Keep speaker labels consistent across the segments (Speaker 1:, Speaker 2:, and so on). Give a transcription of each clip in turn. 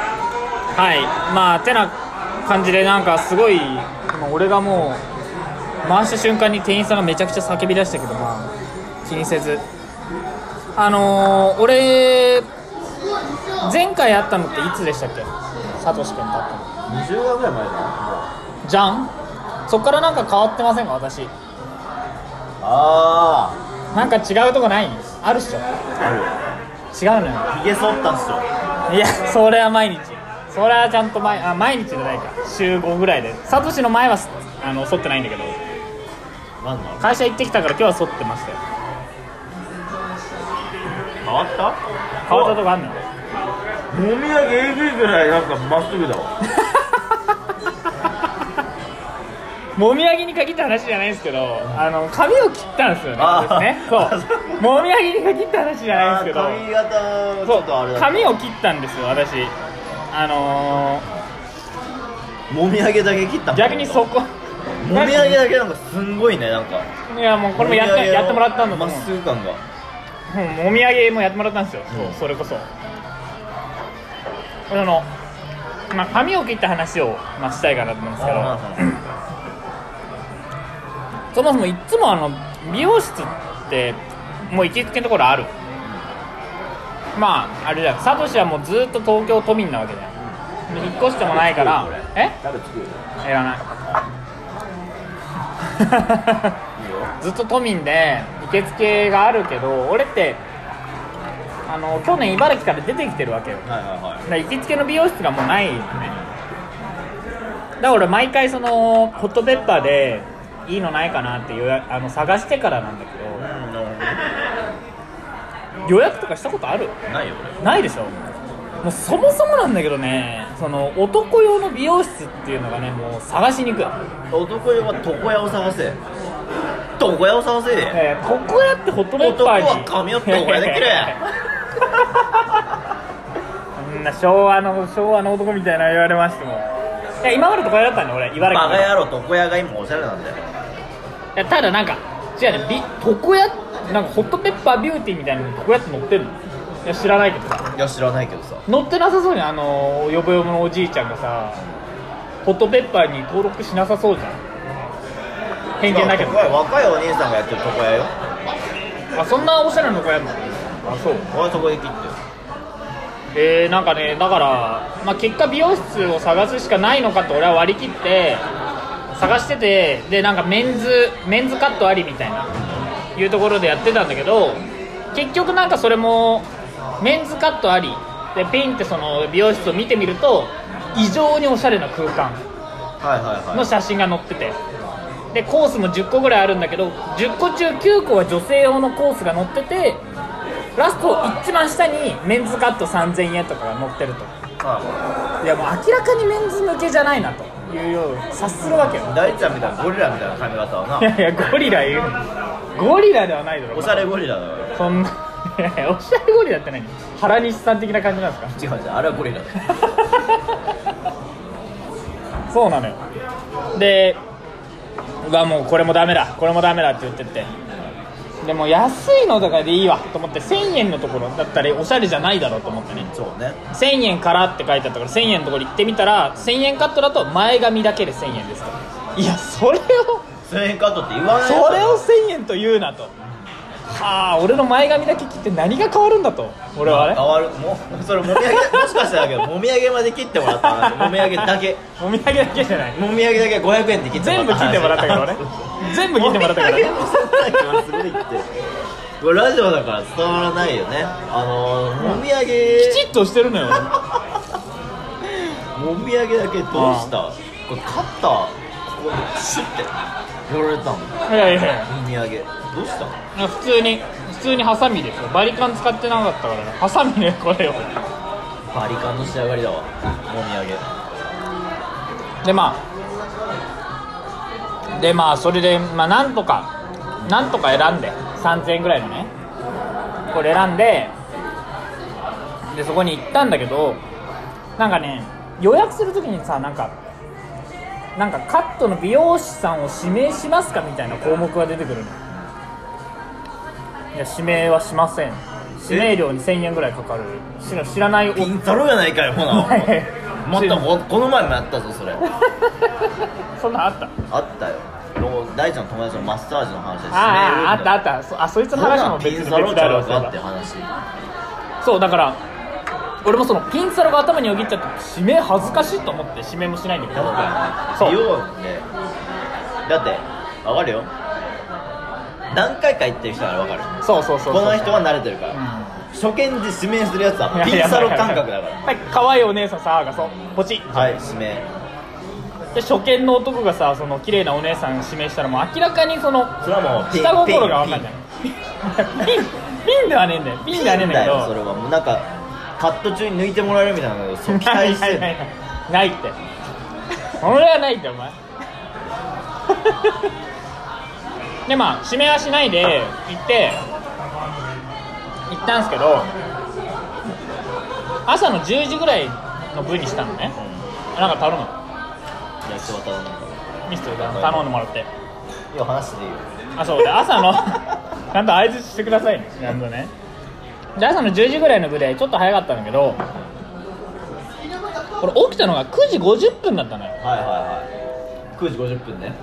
Speaker 1: はいまあてな感じでなんかすごいもう俺がもう回した瞬間に店員さんがめちゃくちゃ叫び出したけどまあ気にせずあのー、俺前回会ったのっていつでしたっけサトシ君と会ったの
Speaker 2: 20話ぐらい前だなもう
Speaker 1: じゃんそっからなんか変わってませんか私
Speaker 2: あ
Speaker 1: なんか違うとこないあるっしょ
Speaker 2: ああ
Speaker 1: 違うのよ
Speaker 2: るよひげ剃ったっすよ
Speaker 1: いやそれは毎日それはちゃんと毎あ毎日じゃないか週5ぐらいでサトシの前はすあの剃ってないんだけど
Speaker 2: なんだ
Speaker 1: 会社行ってきたから今日は剃ってましたよ
Speaker 2: 変わった
Speaker 1: 変わったとこあんのよ
Speaker 2: もみあげえぐいぐらいなんかまっすぐだわ
Speaker 1: もみあげに限った話じゃないんですけど、あの髪を切ったんですよね
Speaker 2: あー
Speaker 1: 私ね そうもみあげに限った話じゃないんですけど
Speaker 2: 髪型ち
Speaker 1: そ
Speaker 2: ょっとあれ
Speaker 1: う
Speaker 2: だ
Speaker 1: 髪を切ったんですよ私あの
Speaker 2: もみあげだけ切った
Speaker 1: ー、逆にそこ
Speaker 2: もみあげだけなんかすんごいねなんか
Speaker 1: いやもうこれもやったやってもらったんだと
Speaker 2: ま
Speaker 1: 思う
Speaker 2: っすぐ感が
Speaker 1: うんもみあげもやってもらったんですよ、
Speaker 2: うん
Speaker 1: そうそれこそあの、まあ、髪を切った話を、まあ、したいかなと思うんですけどそもそもいっつもあの美容室ってもう行きつけのところあるまああれじゃんサトシはもうずっと東京都民なわけじゃん引っ越してもないからえ
Speaker 2: 誰作るよ
Speaker 1: い らない
Speaker 2: いいよ
Speaker 1: ずっと都民で受付があるけど俺ってあの去年茨城から出てきてるわけよ
Speaker 2: はいはいはい
Speaker 1: だから行きつけの美容室がもうないのねだから俺毎回そのホットペッパーでいいのないかなって予約あの探してからなんだけ
Speaker 2: うんなる
Speaker 1: ど予約とかしたことある
Speaker 2: ほどないよ
Speaker 1: ないでしょもうそもそもなんだけどねその男用の美容室っていうのがねもう探しにくい
Speaker 2: 俺男用は床屋を探せ床屋を探せで
Speaker 1: えー、ここやってホットペッパーに
Speaker 2: 男は髪をどこやで 切れ
Speaker 1: そんな昭和の昭和の男みたいな言われましてもいや今までとこれだったんだよ俺
Speaker 2: バ
Speaker 1: 茨城の
Speaker 2: カ野郎床屋が今おしゃれなんだよ
Speaker 1: いやただなんか違うねび床屋なんかホットペッパービューティーみたいなのに床屋って載ってんのいや知らないけどさ
Speaker 2: いや知らないけどさ
Speaker 1: 載ってなさそうにあのヨボヨボのおじいちゃんがさホットペッパーに登録しなさそうじゃん偏見だけど
Speaker 2: 違う若いお兄さんがやってる床屋よ
Speaker 1: あそんなおしゃれな床屋なのあそう
Speaker 2: 俺はそこで切ってよ
Speaker 1: えー、なんかねだから、まあ、結果美容室を探すしかないのかと俺は割り切って探しててでなんかメンズメンズカットありみたいないうところでやってたんだけど結局なんかそれもメンズカットありでピンってその美容室を見てみると異常におしゃれな空間
Speaker 2: はいはいは
Speaker 1: の
Speaker 2: い
Speaker 1: 写真が載っててでコースも10個ぐらいあるんだけど10個中9個は女性用のコースが載っててラスト一番下にメンズカット3000円とかが載ってると
Speaker 2: はい
Speaker 1: やもう明らかにメンズ向けじゃないなというよう察するわけよ
Speaker 2: い大ちゃんみたいなゴリラみたいな髪型はいな
Speaker 1: やいやゴリラ言うゴリラではないだろ
Speaker 2: おしゃれゴリラだよ
Speaker 1: そんないやいやおしゃれゴリラって何原西さん的な感じなんですか
Speaker 2: 違う違うあれはゴリラだよ
Speaker 1: そうなのよでうわもうこれもダメだこれもダメだって言ってってでも安いのとかでいいわと思って1000円のところだったらおしゃれじゃないだろうと思ってね
Speaker 2: そうね
Speaker 1: 1000円からって書いてあったから1000円のところ行ってみたら1000円カットだと前髪だけで1000円ですといやそれを
Speaker 2: 1000円カットって言わないよ
Speaker 1: それを1000円と言うなとはあ俺の前髪だけ切って何が変わるんだと俺はね
Speaker 2: 変わるもうそれもみあげもしかしたらだけどもみあげまで切ってもらった話もみあげだけ
Speaker 1: お土産だけじゃない
Speaker 2: もみあげだけ500円で切って
Speaker 1: 全
Speaker 2: も
Speaker 1: 部
Speaker 2: らった
Speaker 1: 切ってもらったから ね全部切ってもらったからね
Speaker 2: これラジオだから伝わらないよねあのー、もみあげ
Speaker 1: きちっとしてるのよ俺
Speaker 2: もみあげだけどうしたこれカッターここでシュッてやられたのも
Speaker 1: いやいやいや
Speaker 2: みあげどうしたの
Speaker 1: 普通に普通にハサミですよバリカン使ってなかったからねハサミねこれを
Speaker 2: バリカンの仕上がりだわもみあげ
Speaker 1: でまあでまあそれでまあなんとかなんとか選んで3000円ぐらいのねこれ選んででそこに行ったんだけどなんかね予約するときにさなんかなんかカットの美容師さんを指名しますかみたいな項目が出てくるのいや指名はしません指名料に1000円ぐらいかかる知ら知らないお
Speaker 2: ピン太郎やないかよほな
Speaker 1: はい
Speaker 2: もっとここの前もやったぞそれ
Speaker 1: そんなんあった
Speaker 2: あったよ俺大ちゃんの友達のマッサージの話で
Speaker 1: あああったあ
Speaker 2: っ
Speaker 1: ったそあそいつ
Speaker 2: そ
Speaker 1: の
Speaker 2: ん
Speaker 1: 話
Speaker 2: な
Speaker 1: も
Speaker 2: ん
Speaker 1: 別
Speaker 2: ピン
Speaker 1: 別
Speaker 2: サロち
Speaker 1: だ
Speaker 2: ゃ
Speaker 1: ろ
Speaker 2: う
Speaker 1: う
Speaker 2: かって話
Speaker 1: そうだから俺もそのピンサロが頭によぎっちゃって指名恥ずかしいと思って指名もしないんだけどそう
Speaker 2: 美容院でだって分かるよ何回か行ってる人なら分かる
Speaker 1: そうそうそうそう
Speaker 2: この人は慣れてるから、
Speaker 1: う
Speaker 2: 初見で指名するやつ
Speaker 1: い
Speaker 2: は
Speaker 1: やい
Speaker 2: ピン
Speaker 1: や
Speaker 2: サロ感覚だから
Speaker 1: はい可愛いお姉さんさあがそうポチ
Speaker 2: はい指名
Speaker 1: で初見の男がさその綺麗なお姉さん指名したらもう明らかにその
Speaker 2: それはもうピン
Speaker 1: 下
Speaker 2: ピン
Speaker 1: 心が分かんない ピンピンではねえんだよピンではねえんだけ
Speaker 2: それ
Speaker 1: ど
Speaker 2: はもうなんかカット中に抜いてもらえるみたいなのをそう期
Speaker 1: ない
Speaker 2: 待
Speaker 1: な
Speaker 2: して
Speaker 1: い
Speaker 2: る
Speaker 1: ないないってそれはないってお前でまあ指名はしないで行って行ったんですけど朝の10時ぐらいの部にしたのねなんか頼む
Speaker 2: 焼きそば頼んだ
Speaker 1: ミスト頼んでもらって
Speaker 2: いや話していいよ
Speaker 1: あそうで朝 のちゃんと相づしてくださいねちゃんとねで朝の10時ぐらいの部でちょっと早かったんだけどこれ起きたのが9時50分だったのよ
Speaker 2: はいはいはい9時50分ね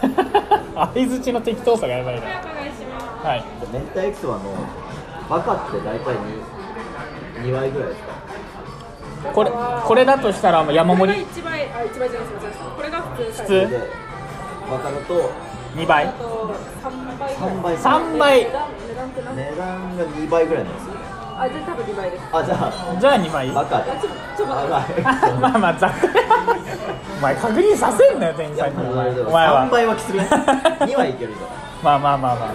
Speaker 1: 相づちの適当さがやばいなはい
Speaker 2: 明太焼きそばのバカって大体 2, 2割ぐらいですか
Speaker 1: これこれだとしたらもう山
Speaker 3: これ
Speaker 1: 盛り
Speaker 3: が一倍あ一倍じゃないですかこれが普通サイズ
Speaker 1: 普通
Speaker 2: バカだと
Speaker 1: 2倍
Speaker 3: あと三倍ぐらい
Speaker 2: 3倍
Speaker 1: 三倍
Speaker 3: 値段値段って何
Speaker 2: 値段が2倍ぐらいなんですよね
Speaker 3: あじゃあ多分二倍です
Speaker 2: あじゃ
Speaker 1: じゃあ2倍
Speaker 2: あバカ
Speaker 3: あ
Speaker 2: で
Speaker 3: ちょちょっと待って
Speaker 1: あまあまあざっくりお前確認させんなよ店員さんにお前お前
Speaker 2: 3
Speaker 1: は
Speaker 2: 倍はきつくない2はいけるぞ
Speaker 1: まあまあまあまあ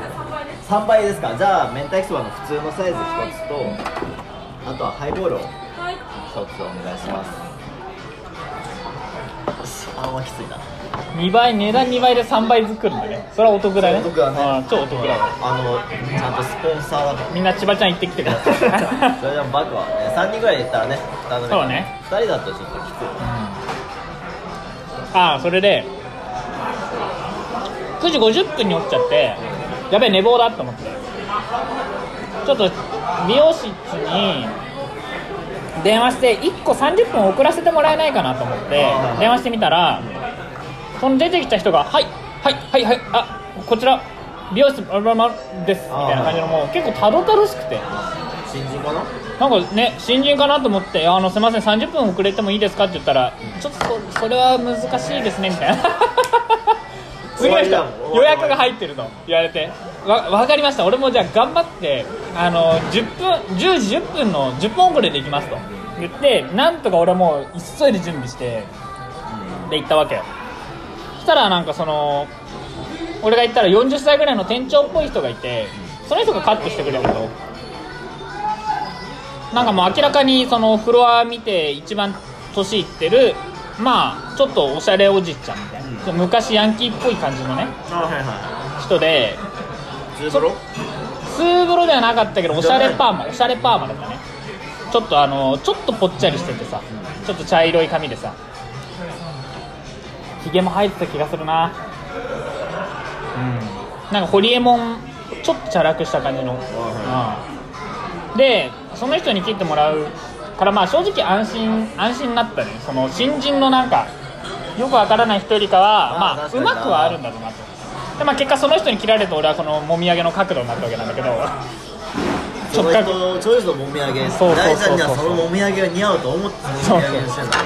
Speaker 3: 三倍
Speaker 2: 3倍で
Speaker 3: です
Speaker 2: すかじゃあ明太焼きそばの普通のサイズ1つとあとはハイボールを1
Speaker 3: はい
Speaker 2: つお願いしますあんはきついな
Speaker 1: 2倍値段2倍で3倍作るんだねそれはお得だね
Speaker 2: お得だね
Speaker 1: ああ超お得だね
Speaker 2: あのちゃんとスポンサ ーだから
Speaker 1: みんな千葉ちゃん行ってきてください
Speaker 2: それでもバクはね3人ぐらいで行ったらね頼める
Speaker 1: そうね
Speaker 2: 2人だとちょっときつい
Speaker 1: ああそれで9時50分に起きちゃってやべえ寝坊だと思ってちょっと美容室に電話して1個30分遅らせてもらえないかなと思って
Speaker 2: あー
Speaker 1: 電話してみたらその出てきた人が「はいはいはいはいあこちら美容室まるまるまるです」みたいな感じのもう結構たどたどしくて。
Speaker 2: 新人かな
Speaker 1: なんかね新人かなと思って「あのすいません30分遅れてもいいですか?」って言ったら「ちょっとそそれは難しいですね」みたいな次の
Speaker 2: 終わりだ
Speaker 1: 人
Speaker 2: もん終わり
Speaker 1: 予約が入ってると言われて「わ分かりました俺もじゃあ頑張ってあの10分10時10分の10分遅れで行きます」と言ってなんとか俺もう急いで準備してで行ったわけよそしたらなんかその俺が行ったら40歳ぐらいの店長っぽい人がいてその人がカットしてくれるとなんかもう明らかにそのフロア見て一番年いってるまあちょっとおしゃれおじいちゃんみたいな
Speaker 2: うん
Speaker 1: ちょっと昔ヤンキーっぽい感じのね
Speaker 2: あはいは
Speaker 1: 人で
Speaker 2: い中トロ
Speaker 1: ツーブロではなかったけどおしゃれパーマおしゃれパーマだったねちょっとあのちょっとぽっちゃりしててさちょっと茶色い髪でさひげも生えてた気がするなうんなんかホリエモンちょっとチャラくした感じの、うん、でその人に切ってもらうからまあ正直安心安心になったねその新人のなんかよくわからない人よりかは
Speaker 2: あ
Speaker 1: まあ
Speaker 2: 確か
Speaker 1: う
Speaker 2: に
Speaker 1: まくはあるんだろうなとでまあ結果その人に切られて俺はこのもみあげの角度になったわけなんだけど
Speaker 2: その
Speaker 1: 直角
Speaker 2: 人チョイスのもみあげ
Speaker 1: そうそうそうそう
Speaker 2: 大ちゃんにはそのもみあげが似合うと思ってそのもみあげにしてんだ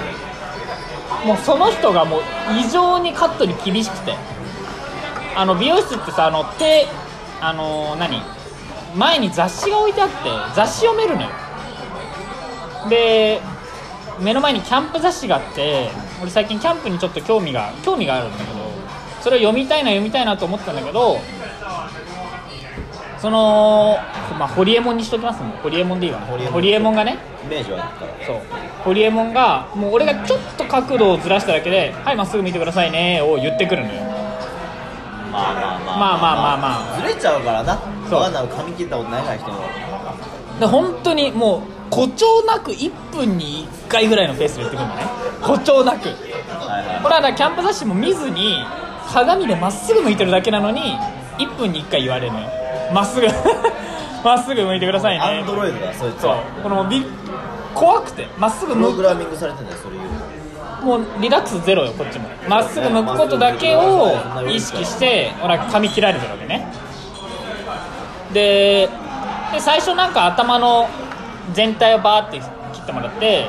Speaker 1: もうその人がもう異常にカットに厳しくてあの美容室ってさあの手あの何前に雑誌が置いてあって雑誌読めるのよで目の前にキャンプ雑誌があって俺最近キャンプにちょっと興味が興味があるんだけどそれを読みたいな読みたいなと思ってたんだけどそのまあホリエモンにしときますもんホリエモンでいいかな
Speaker 2: ホリエモン
Speaker 1: ホリエモンがね
Speaker 2: イメージはあったから
Speaker 1: そうホリエモンがもう俺がちょっと角度をずらしただけで「はいまっすぐ見てくださいね」を言ってくるのよ
Speaker 2: まあまあまあ
Speaker 1: まあまあまあまあ
Speaker 2: ずれちゃうからな
Speaker 1: そう
Speaker 2: そんなの髪切ったことないから人も
Speaker 1: で本当にもう誇張なく1分に1回ぐらいのペースで言ってくるのね誇張なく
Speaker 2: はいはい
Speaker 1: 俺はだからキャンプ雑誌も見ずに鏡でまっすぐ向いてるだけなのに1分に1回言われるのよ まっすぐまっすぐ向いてくださいね
Speaker 2: アンドロイドだそいつ
Speaker 1: そう
Speaker 2: は
Speaker 1: このび怖くてまっすぐ
Speaker 2: プロ
Speaker 1: 向
Speaker 2: グ
Speaker 1: く
Speaker 2: ラミングされてんだよそれ言う
Speaker 1: も
Speaker 2: の
Speaker 1: うリラックスゼロよこっちもまっすぐ向くことだけを意識してほら髪切られてるわけねでで最初なんか頭の全体をバーって切ってもらって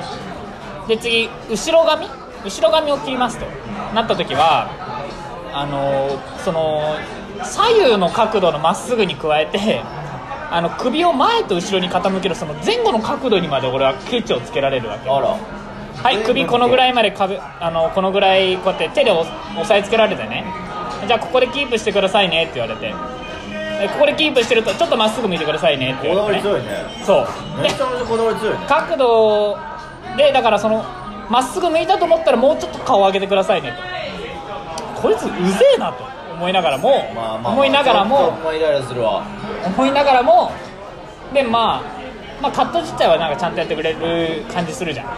Speaker 1: で次後ろ髪後ろ髪を切りますとなった時はあのその左右の角度のまっすぐに加えてあの首を前と後ろに傾けるその前後の角度にまで俺はケチをつけられるわけ
Speaker 2: あら
Speaker 1: はい、首このぐらいまでかぶあのこのぐらいこうやって手で押押さえつけられてねじゃあここでキープしてくださいねって言われてえここでキープしてるとちょっとまっすぐ向いてくださいねって言
Speaker 2: こだ
Speaker 1: わ
Speaker 2: わ
Speaker 1: れ
Speaker 2: り
Speaker 1: て、ね、
Speaker 2: 強いね
Speaker 1: そう
Speaker 2: め
Speaker 1: で
Speaker 2: ちゃめちゃこだわり強いね
Speaker 1: 角度でだからそのまっすぐ向いたと思ったらもうちょっと顔を上げてくださいねとこいつうぜえなと思いながらも、
Speaker 2: まあまあまあ
Speaker 1: 思いながら
Speaker 2: ちょ
Speaker 1: も
Speaker 2: っとまあイライラするわ
Speaker 1: 思いながらもでまあまあカット自体はなんかちゃんとやってくれる感じするじゃん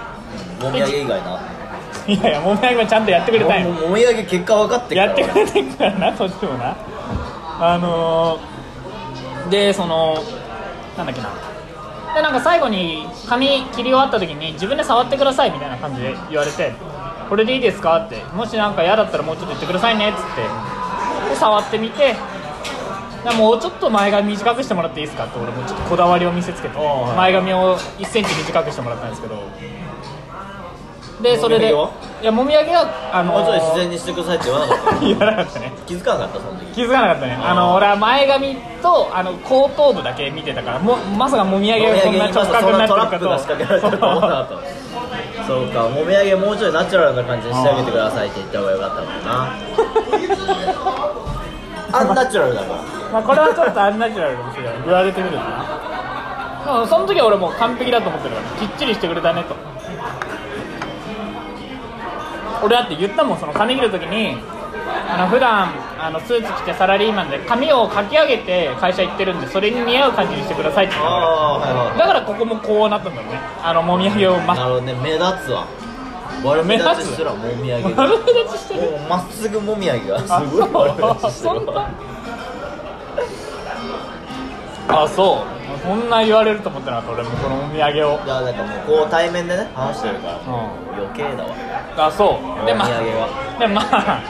Speaker 2: もみあげ以外ない
Speaker 1: やいやもみあげもちゃんとやってくれたんよ
Speaker 2: もももみあげ結果分かってっから
Speaker 1: やってくれてんからなとってもなあのー、でそのなんだっけなでなんか最後に髪切り終わった時に自分で触ってくださいみたいな感じで言われてこれでいいですかってもしなんか嫌だったらもうちょっと言ってくださいねっつってで触ってみてでもうちょっと前髪短くしてもらっていいですかって俺もちょっとこだわりを見せつけて
Speaker 2: はい
Speaker 1: 前髪を1センチ短くしてもらったんですけどでそれでい
Speaker 2: も
Speaker 1: やもみあげはあの
Speaker 2: もうちょい
Speaker 1: ー
Speaker 2: 自然にしてくださいって言わなかっ
Speaker 1: 言わなかったね
Speaker 2: た気づかなかったその時
Speaker 1: 気づかなかったねあの俺は前髪とあの後頭部だけ見てたからもまさかもみあげがこんな直角になって
Speaker 2: ト
Speaker 1: る
Speaker 2: ラ
Speaker 1: かと
Speaker 2: ップが仕掛けられてると思わなかったそうかもみあげもうちょいナチュラルな感じにしてあげてくださいって言った方がよかったもんなアンナチュラルだから
Speaker 1: まあこれはちょっとアンナチュラルかもしれない言われてみるとなでもその時は俺もう完璧だと思ってるからきっちりしてくれたねと俺だって言ったもんその髪切る時にあの普段あのスーツ着てサラリーマンで髪をかき上げて会社行ってるんでそれに似合う感じにしてくださいって言ったから
Speaker 2: ああはいはい
Speaker 1: だからここもこうなったんだよねあのもみあげをまっ
Speaker 2: なるほどね目立つわ悪目立ちすらもみあげがも
Speaker 1: 丸立ちしてる
Speaker 2: うまっすぐもみあげがす
Speaker 1: あ
Speaker 2: ごい悪目立ちして
Speaker 1: そ
Speaker 2: る
Speaker 1: ん
Speaker 2: わ
Speaker 1: なあそうこんな言われると思ってなかった俺もこのお土産を、
Speaker 2: いやなんかもうこう対面でね話してるから
Speaker 1: う
Speaker 2: 余計だわ
Speaker 1: ん、あそう
Speaker 2: も
Speaker 1: で
Speaker 2: みあ
Speaker 1: ま
Speaker 2: げ
Speaker 1: あ
Speaker 2: は
Speaker 1: でまあ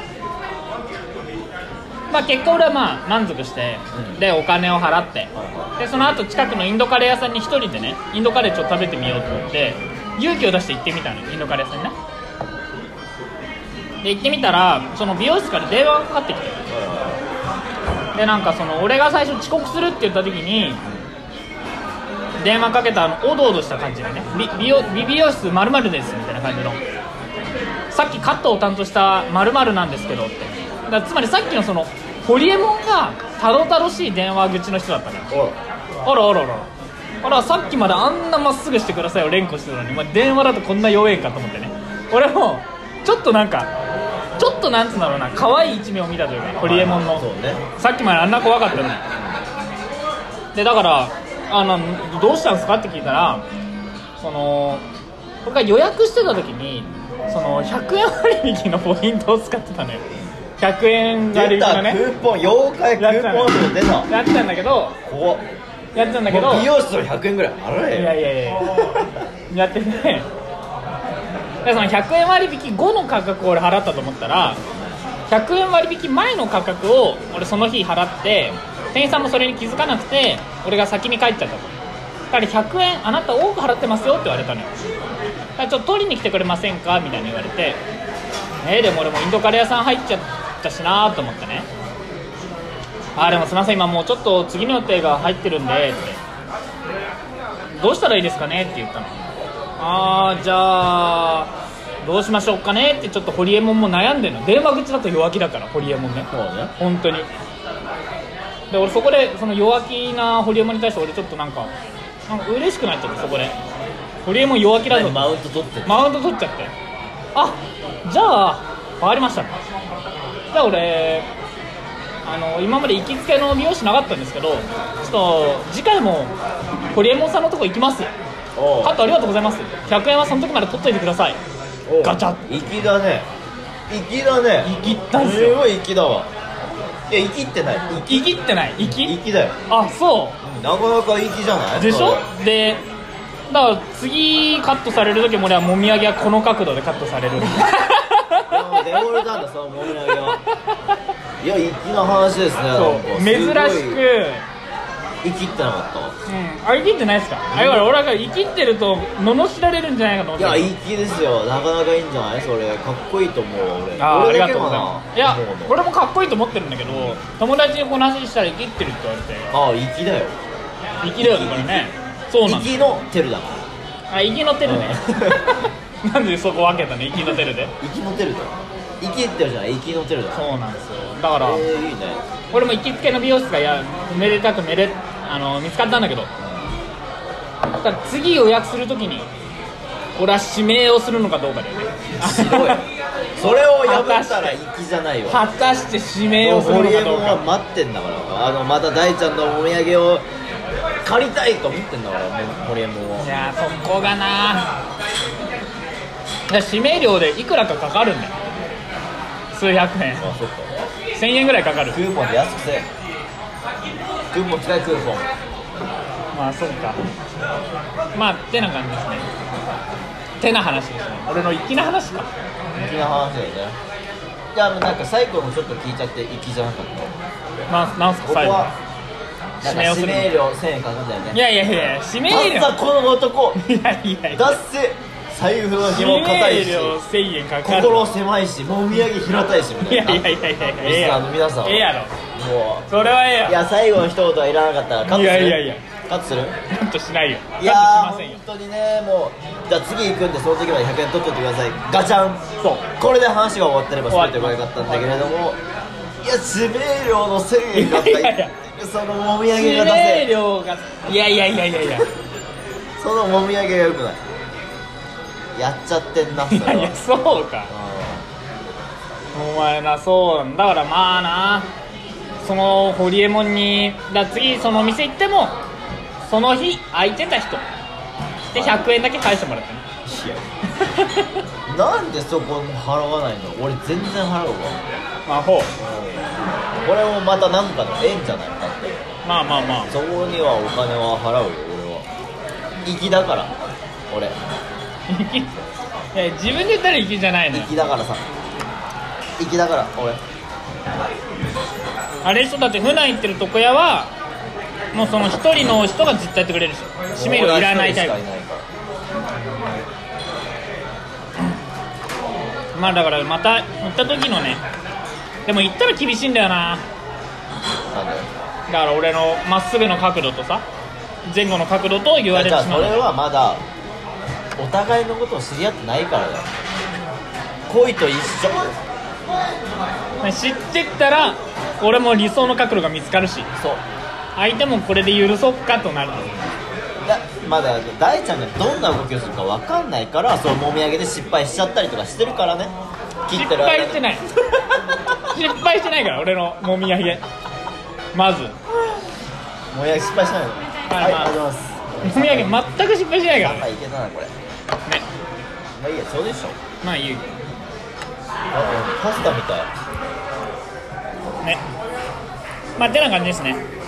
Speaker 1: まあ結果俺はまあ満足して、
Speaker 2: うん
Speaker 1: でお金を払って
Speaker 2: は
Speaker 1: でその後近くのインドカレー屋さんに一人でねインドカレーちょっと食べてみようと思って勇気を出して行ってみたのインドカレー屋さんにねで行ってみたらその美容室から電話がかかってきてでなんかその俺が最初遅刻するって言った時に電話かけたあのおどおどした感じでね美美容美美容室まるですみたいな感じのさっきカットを担当したまるなんですけどってだからつまりさっきのそのホリエモンがたどたどしい電話口の人だったのよ
Speaker 2: おい
Speaker 1: あらあらあらあらさっきまであんなまっすぐしてくださいを連呼してたのに、まあ、電話だとこんな弱えんかと思ってね俺もちょっとなんかちょっとなんつうんだろうな可愛い一面を見たというかホリエモンの
Speaker 2: そうね
Speaker 1: さっきまであんな怖かったのにでだからあのどうしたんですかって聞いたらその僕が予約してた時にその100円割引のポイントを使ってたのよ100円割引
Speaker 2: 出た
Speaker 1: の
Speaker 2: ク
Speaker 1: ね
Speaker 2: ーポン妖怪ク
Speaker 1: やって
Speaker 2: ー
Speaker 1: た
Speaker 2: ポ
Speaker 1: の
Speaker 2: ン数出た
Speaker 1: やってたんだけど
Speaker 2: 怖っ
Speaker 1: やってたんだけど
Speaker 2: もう美容室の100円ぐらい払えよ
Speaker 1: いやいやい ややっててでその100円割引後の価格を俺払ったと思ったら100円割引前の価格を俺その日払って店員さんもそれに気づかなくて俺が先に帰っちゃったとだから100円あなた多く払ってますよって言われたのよだからちょっと取りに来てくれませんかみたいに言われてえーでも俺もインドカレー屋さん入っちゃったしなーと思ってねあーでもすいません今もうちょっと次の予定が入ってるんでってどうしたらいいですかねって言ったのあーじゃあどうしましょうかねってちょっとホリエモンも悩んでるの電話口だと弱気だからホリエモンね
Speaker 2: そうね
Speaker 1: 本当にで俺そこでその弱気なホリエモンに対して俺ちょっとなんかなんか嬉しくなっちゃってそこでホリエモン弱気だぞ
Speaker 2: 何マウント取ってんの
Speaker 1: マウント取っちゃってあじゃあ分かりましたじゃあ俺あの今まで行きつけの美容師なかったんですけどちょっと次回もホリエモンさんのとこ行きます
Speaker 2: おう
Speaker 1: カットありがとうございます100円はその時まで取っといてください
Speaker 2: おう
Speaker 1: ガチャ
Speaker 2: 粋だね粋だね
Speaker 1: 生きったんす
Speaker 2: す
Speaker 1: よ
Speaker 2: ごい粋だわいや粋ってない粋
Speaker 1: 生きってない生き
Speaker 2: 粋だよ
Speaker 1: あそう
Speaker 2: なかなか粋じゃない
Speaker 1: でしょでから次カットされる時も俺はもみあげはこの角度でカットされ る
Speaker 2: あデフォルトなんだそのもみあげ はいや粋な話ですね
Speaker 1: そう珍
Speaker 2: なんかす
Speaker 1: し
Speaker 2: ご
Speaker 1: く、
Speaker 2: い生きってなかっ
Speaker 1: うん、あれ切ってないですか、あれだから俺は生きってると罵られるんじゃないかと思
Speaker 2: た
Speaker 1: って
Speaker 2: いや粋ですよなかなかいいんじゃないそれかっこいいと思う俺
Speaker 1: あーあ
Speaker 2: 俺
Speaker 1: りが
Speaker 2: だけ
Speaker 1: とう
Speaker 2: か
Speaker 1: ござい
Speaker 2: な
Speaker 1: ますいや
Speaker 2: 思うの
Speaker 1: 俺もかっこいいと思ってるんだけど友達にこの話したら生きってるって言われて
Speaker 2: ああ粋だよ
Speaker 1: 生きだよねこれねそうなんだ
Speaker 2: 粋のテルだから
Speaker 1: あ生きのてるね なんでそこ分けたの生きのてるで
Speaker 2: 粋のテルだ生きってるじゃない粋のテルだから
Speaker 1: そうなんですよだから、
Speaker 2: えー、いいね
Speaker 1: 俺も行きつけの美容室がいやめでたくめであの見つかったんだけどだから次予約するときに俺は指名をするのかどうかだよね
Speaker 2: すごい それを破ったら粋じゃないわ
Speaker 1: 果たして指名
Speaker 2: もう
Speaker 1: をする
Speaker 2: ホ
Speaker 1: の
Speaker 2: リエ
Speaker 1: かど
Speaker 2: モ
Speaker 1: う
Speaker 2: ンは
Speaker 1: か
Speaker 2: 待ってんだからあのまた大ちゃんのお土産を借りたいと思ってんだからもうホリエモン
Speaker 1: い
Speaker 2: は
Speaker 1: やそこがなだから指名料でいくらかかかるんだよ数百円
Speaker 2: あそっか
Speaker 1: 1000円ぐらいかかる
Speaker 2: クーポンで安くせえクーポン使えクーポン
Speaker 1: まあそうかまあてな感じですねてな話ですね俺の粋な話か
Speaker 2: 粋な話だよねいやあのなんか最後のちょっと聞いちゃって粋じゃなかった
Speaker 1: なんなんすか
Speaker 2: ここ
Speaker 1: 最後
Speaker 2: はなんか指名料1000円かかったよ
Speaker 1: い
Speaker 2: ね
Speaker 1: やいやいや指名料
Speaker 2: なんだこの男
Speaker 1: いやいやいや
Speaker 2: だっせ財布の
Speaker 1: 指
Speaker 2: 紐硬い
Speaker 1: 名
Speaker 2: し
Speaker 1: 料1000円かかる
Speaker 2: 心狭いしもみあげ平たいしみ
Speaker 1: い
Speaker 2: たい
Speaker 1: や
Speaker 2: ない
Speaker 1: やいやいやいやええ
Speaker 2: リスナ
Speaker 1: や
Speaker 2: ーの皆さん
Speaker 1: ろ
Speaker 2: は
Speaker 1: ええや
Speaker 2: もう
Speaker 1: ろそれはええや
Speaker 2: いや最後の一言はいらなかったからカットする
Speaker 1: いやいやいや
Speaker 2: カットする
Speaker 1: ろカットしないよカ
Speaker 2: いや
Speaker 1: ッ
Speaker 2: ー
Speaker 1: トしませんよ
Speaker 2: 本当にねもうじゃあ次行くんでその時まで100円取っといてくださいガチャン
Speaker 1: そう
Speaker 2: これで話が終わってれば
Speaker 1: 終わ
Speaker 2: 全
Speaker 1: ってて
Speaker 2: が
Speaker 1: ます
Speaker 2: 良かったんだけれどもいや指名料の1000円があった
Speaker 1: いやいやいや
Speaker 2: そのもみあげ
Speaker 1: 指
Speaker 2: が出
Speaker 1: 名
Speaker 2: せ
Speaker 1: 料がいやいやいやいやいや
Speaker 2: そのもみあげが良くないやっちゃってんなそれ
Speaker 1: いやい
Speaker 2: は
Speaker 1: やそうかお前なそうなんだだからまあなそのホリエモンにだ次そのお店行ってもその日空いてた人で100円だけ返してもらったね
Speaker 2: うんいやなんでそこ払わないの俺全然払うわ
Speaker 1: まあほう
Speaker 2: これもまたなんかの縁じゃないかって
Speaker 1: まあまあまあ
Speaker 2: そこにはお金は払うよ俺は粋だから俺
Speaker 1: 粋いや自分で言ったら粋じゃないのよ
Speaker 2: 粋だからさ粋だから俺
Speaker 1: あれ人だって普段行ってる床屋はもうその一人の人が絶対やってくれるでしょ締め料いらないタイ
Speaker 2: 俺は一人しかい
Speaker 1: プ
Speaker 2: ないから
Speaker 1: まあだからまた行った時のねでも行ったら厳しいんだよな
Speaker 2: なんだよ
Speaker 1: だから俺のまっすぐの角度とさ前後の角度と言われ
Speaker 2: じ
Speaker 1: て
Speaker 2: ゃあ
Speaker 1: しま
Speaker 2: それ
Speaker 1: う
Speaker 2: はまだお互いのことを知り合ってないからだよ恋と一緒
Speaker 1: 知ってったら俺も理想の角度が見つかるし
Speaker 2: そう
Speaker 1: 相手もこれで許そっかとなる
Speaker 2: だまだ大ちゃんがどんな動きをするか分かんないからそうもみあげで失敗しちゃったりとかしてるからね切
Speaker 1: 失
Speaker 2: ってる間
Speaker 1: 敗
Speaker 2: に
Speaker 1: してない失敗してないから俺のもみあげまず
Speaker 2: もみあげ失敗しないの
Speaker 1: は
Speaker 2: はいいありがとうございます
Speaker 1: もみあげ全く失敗してないから
Speaker 2: な
Speaker 1: ね
Speaker 2: んかいけたなこれまあいいやそうでしょ
Speaker 1: まあいいよ
Speaker 2: あパスタみたい
Speaker 1: ねまあてな感じですね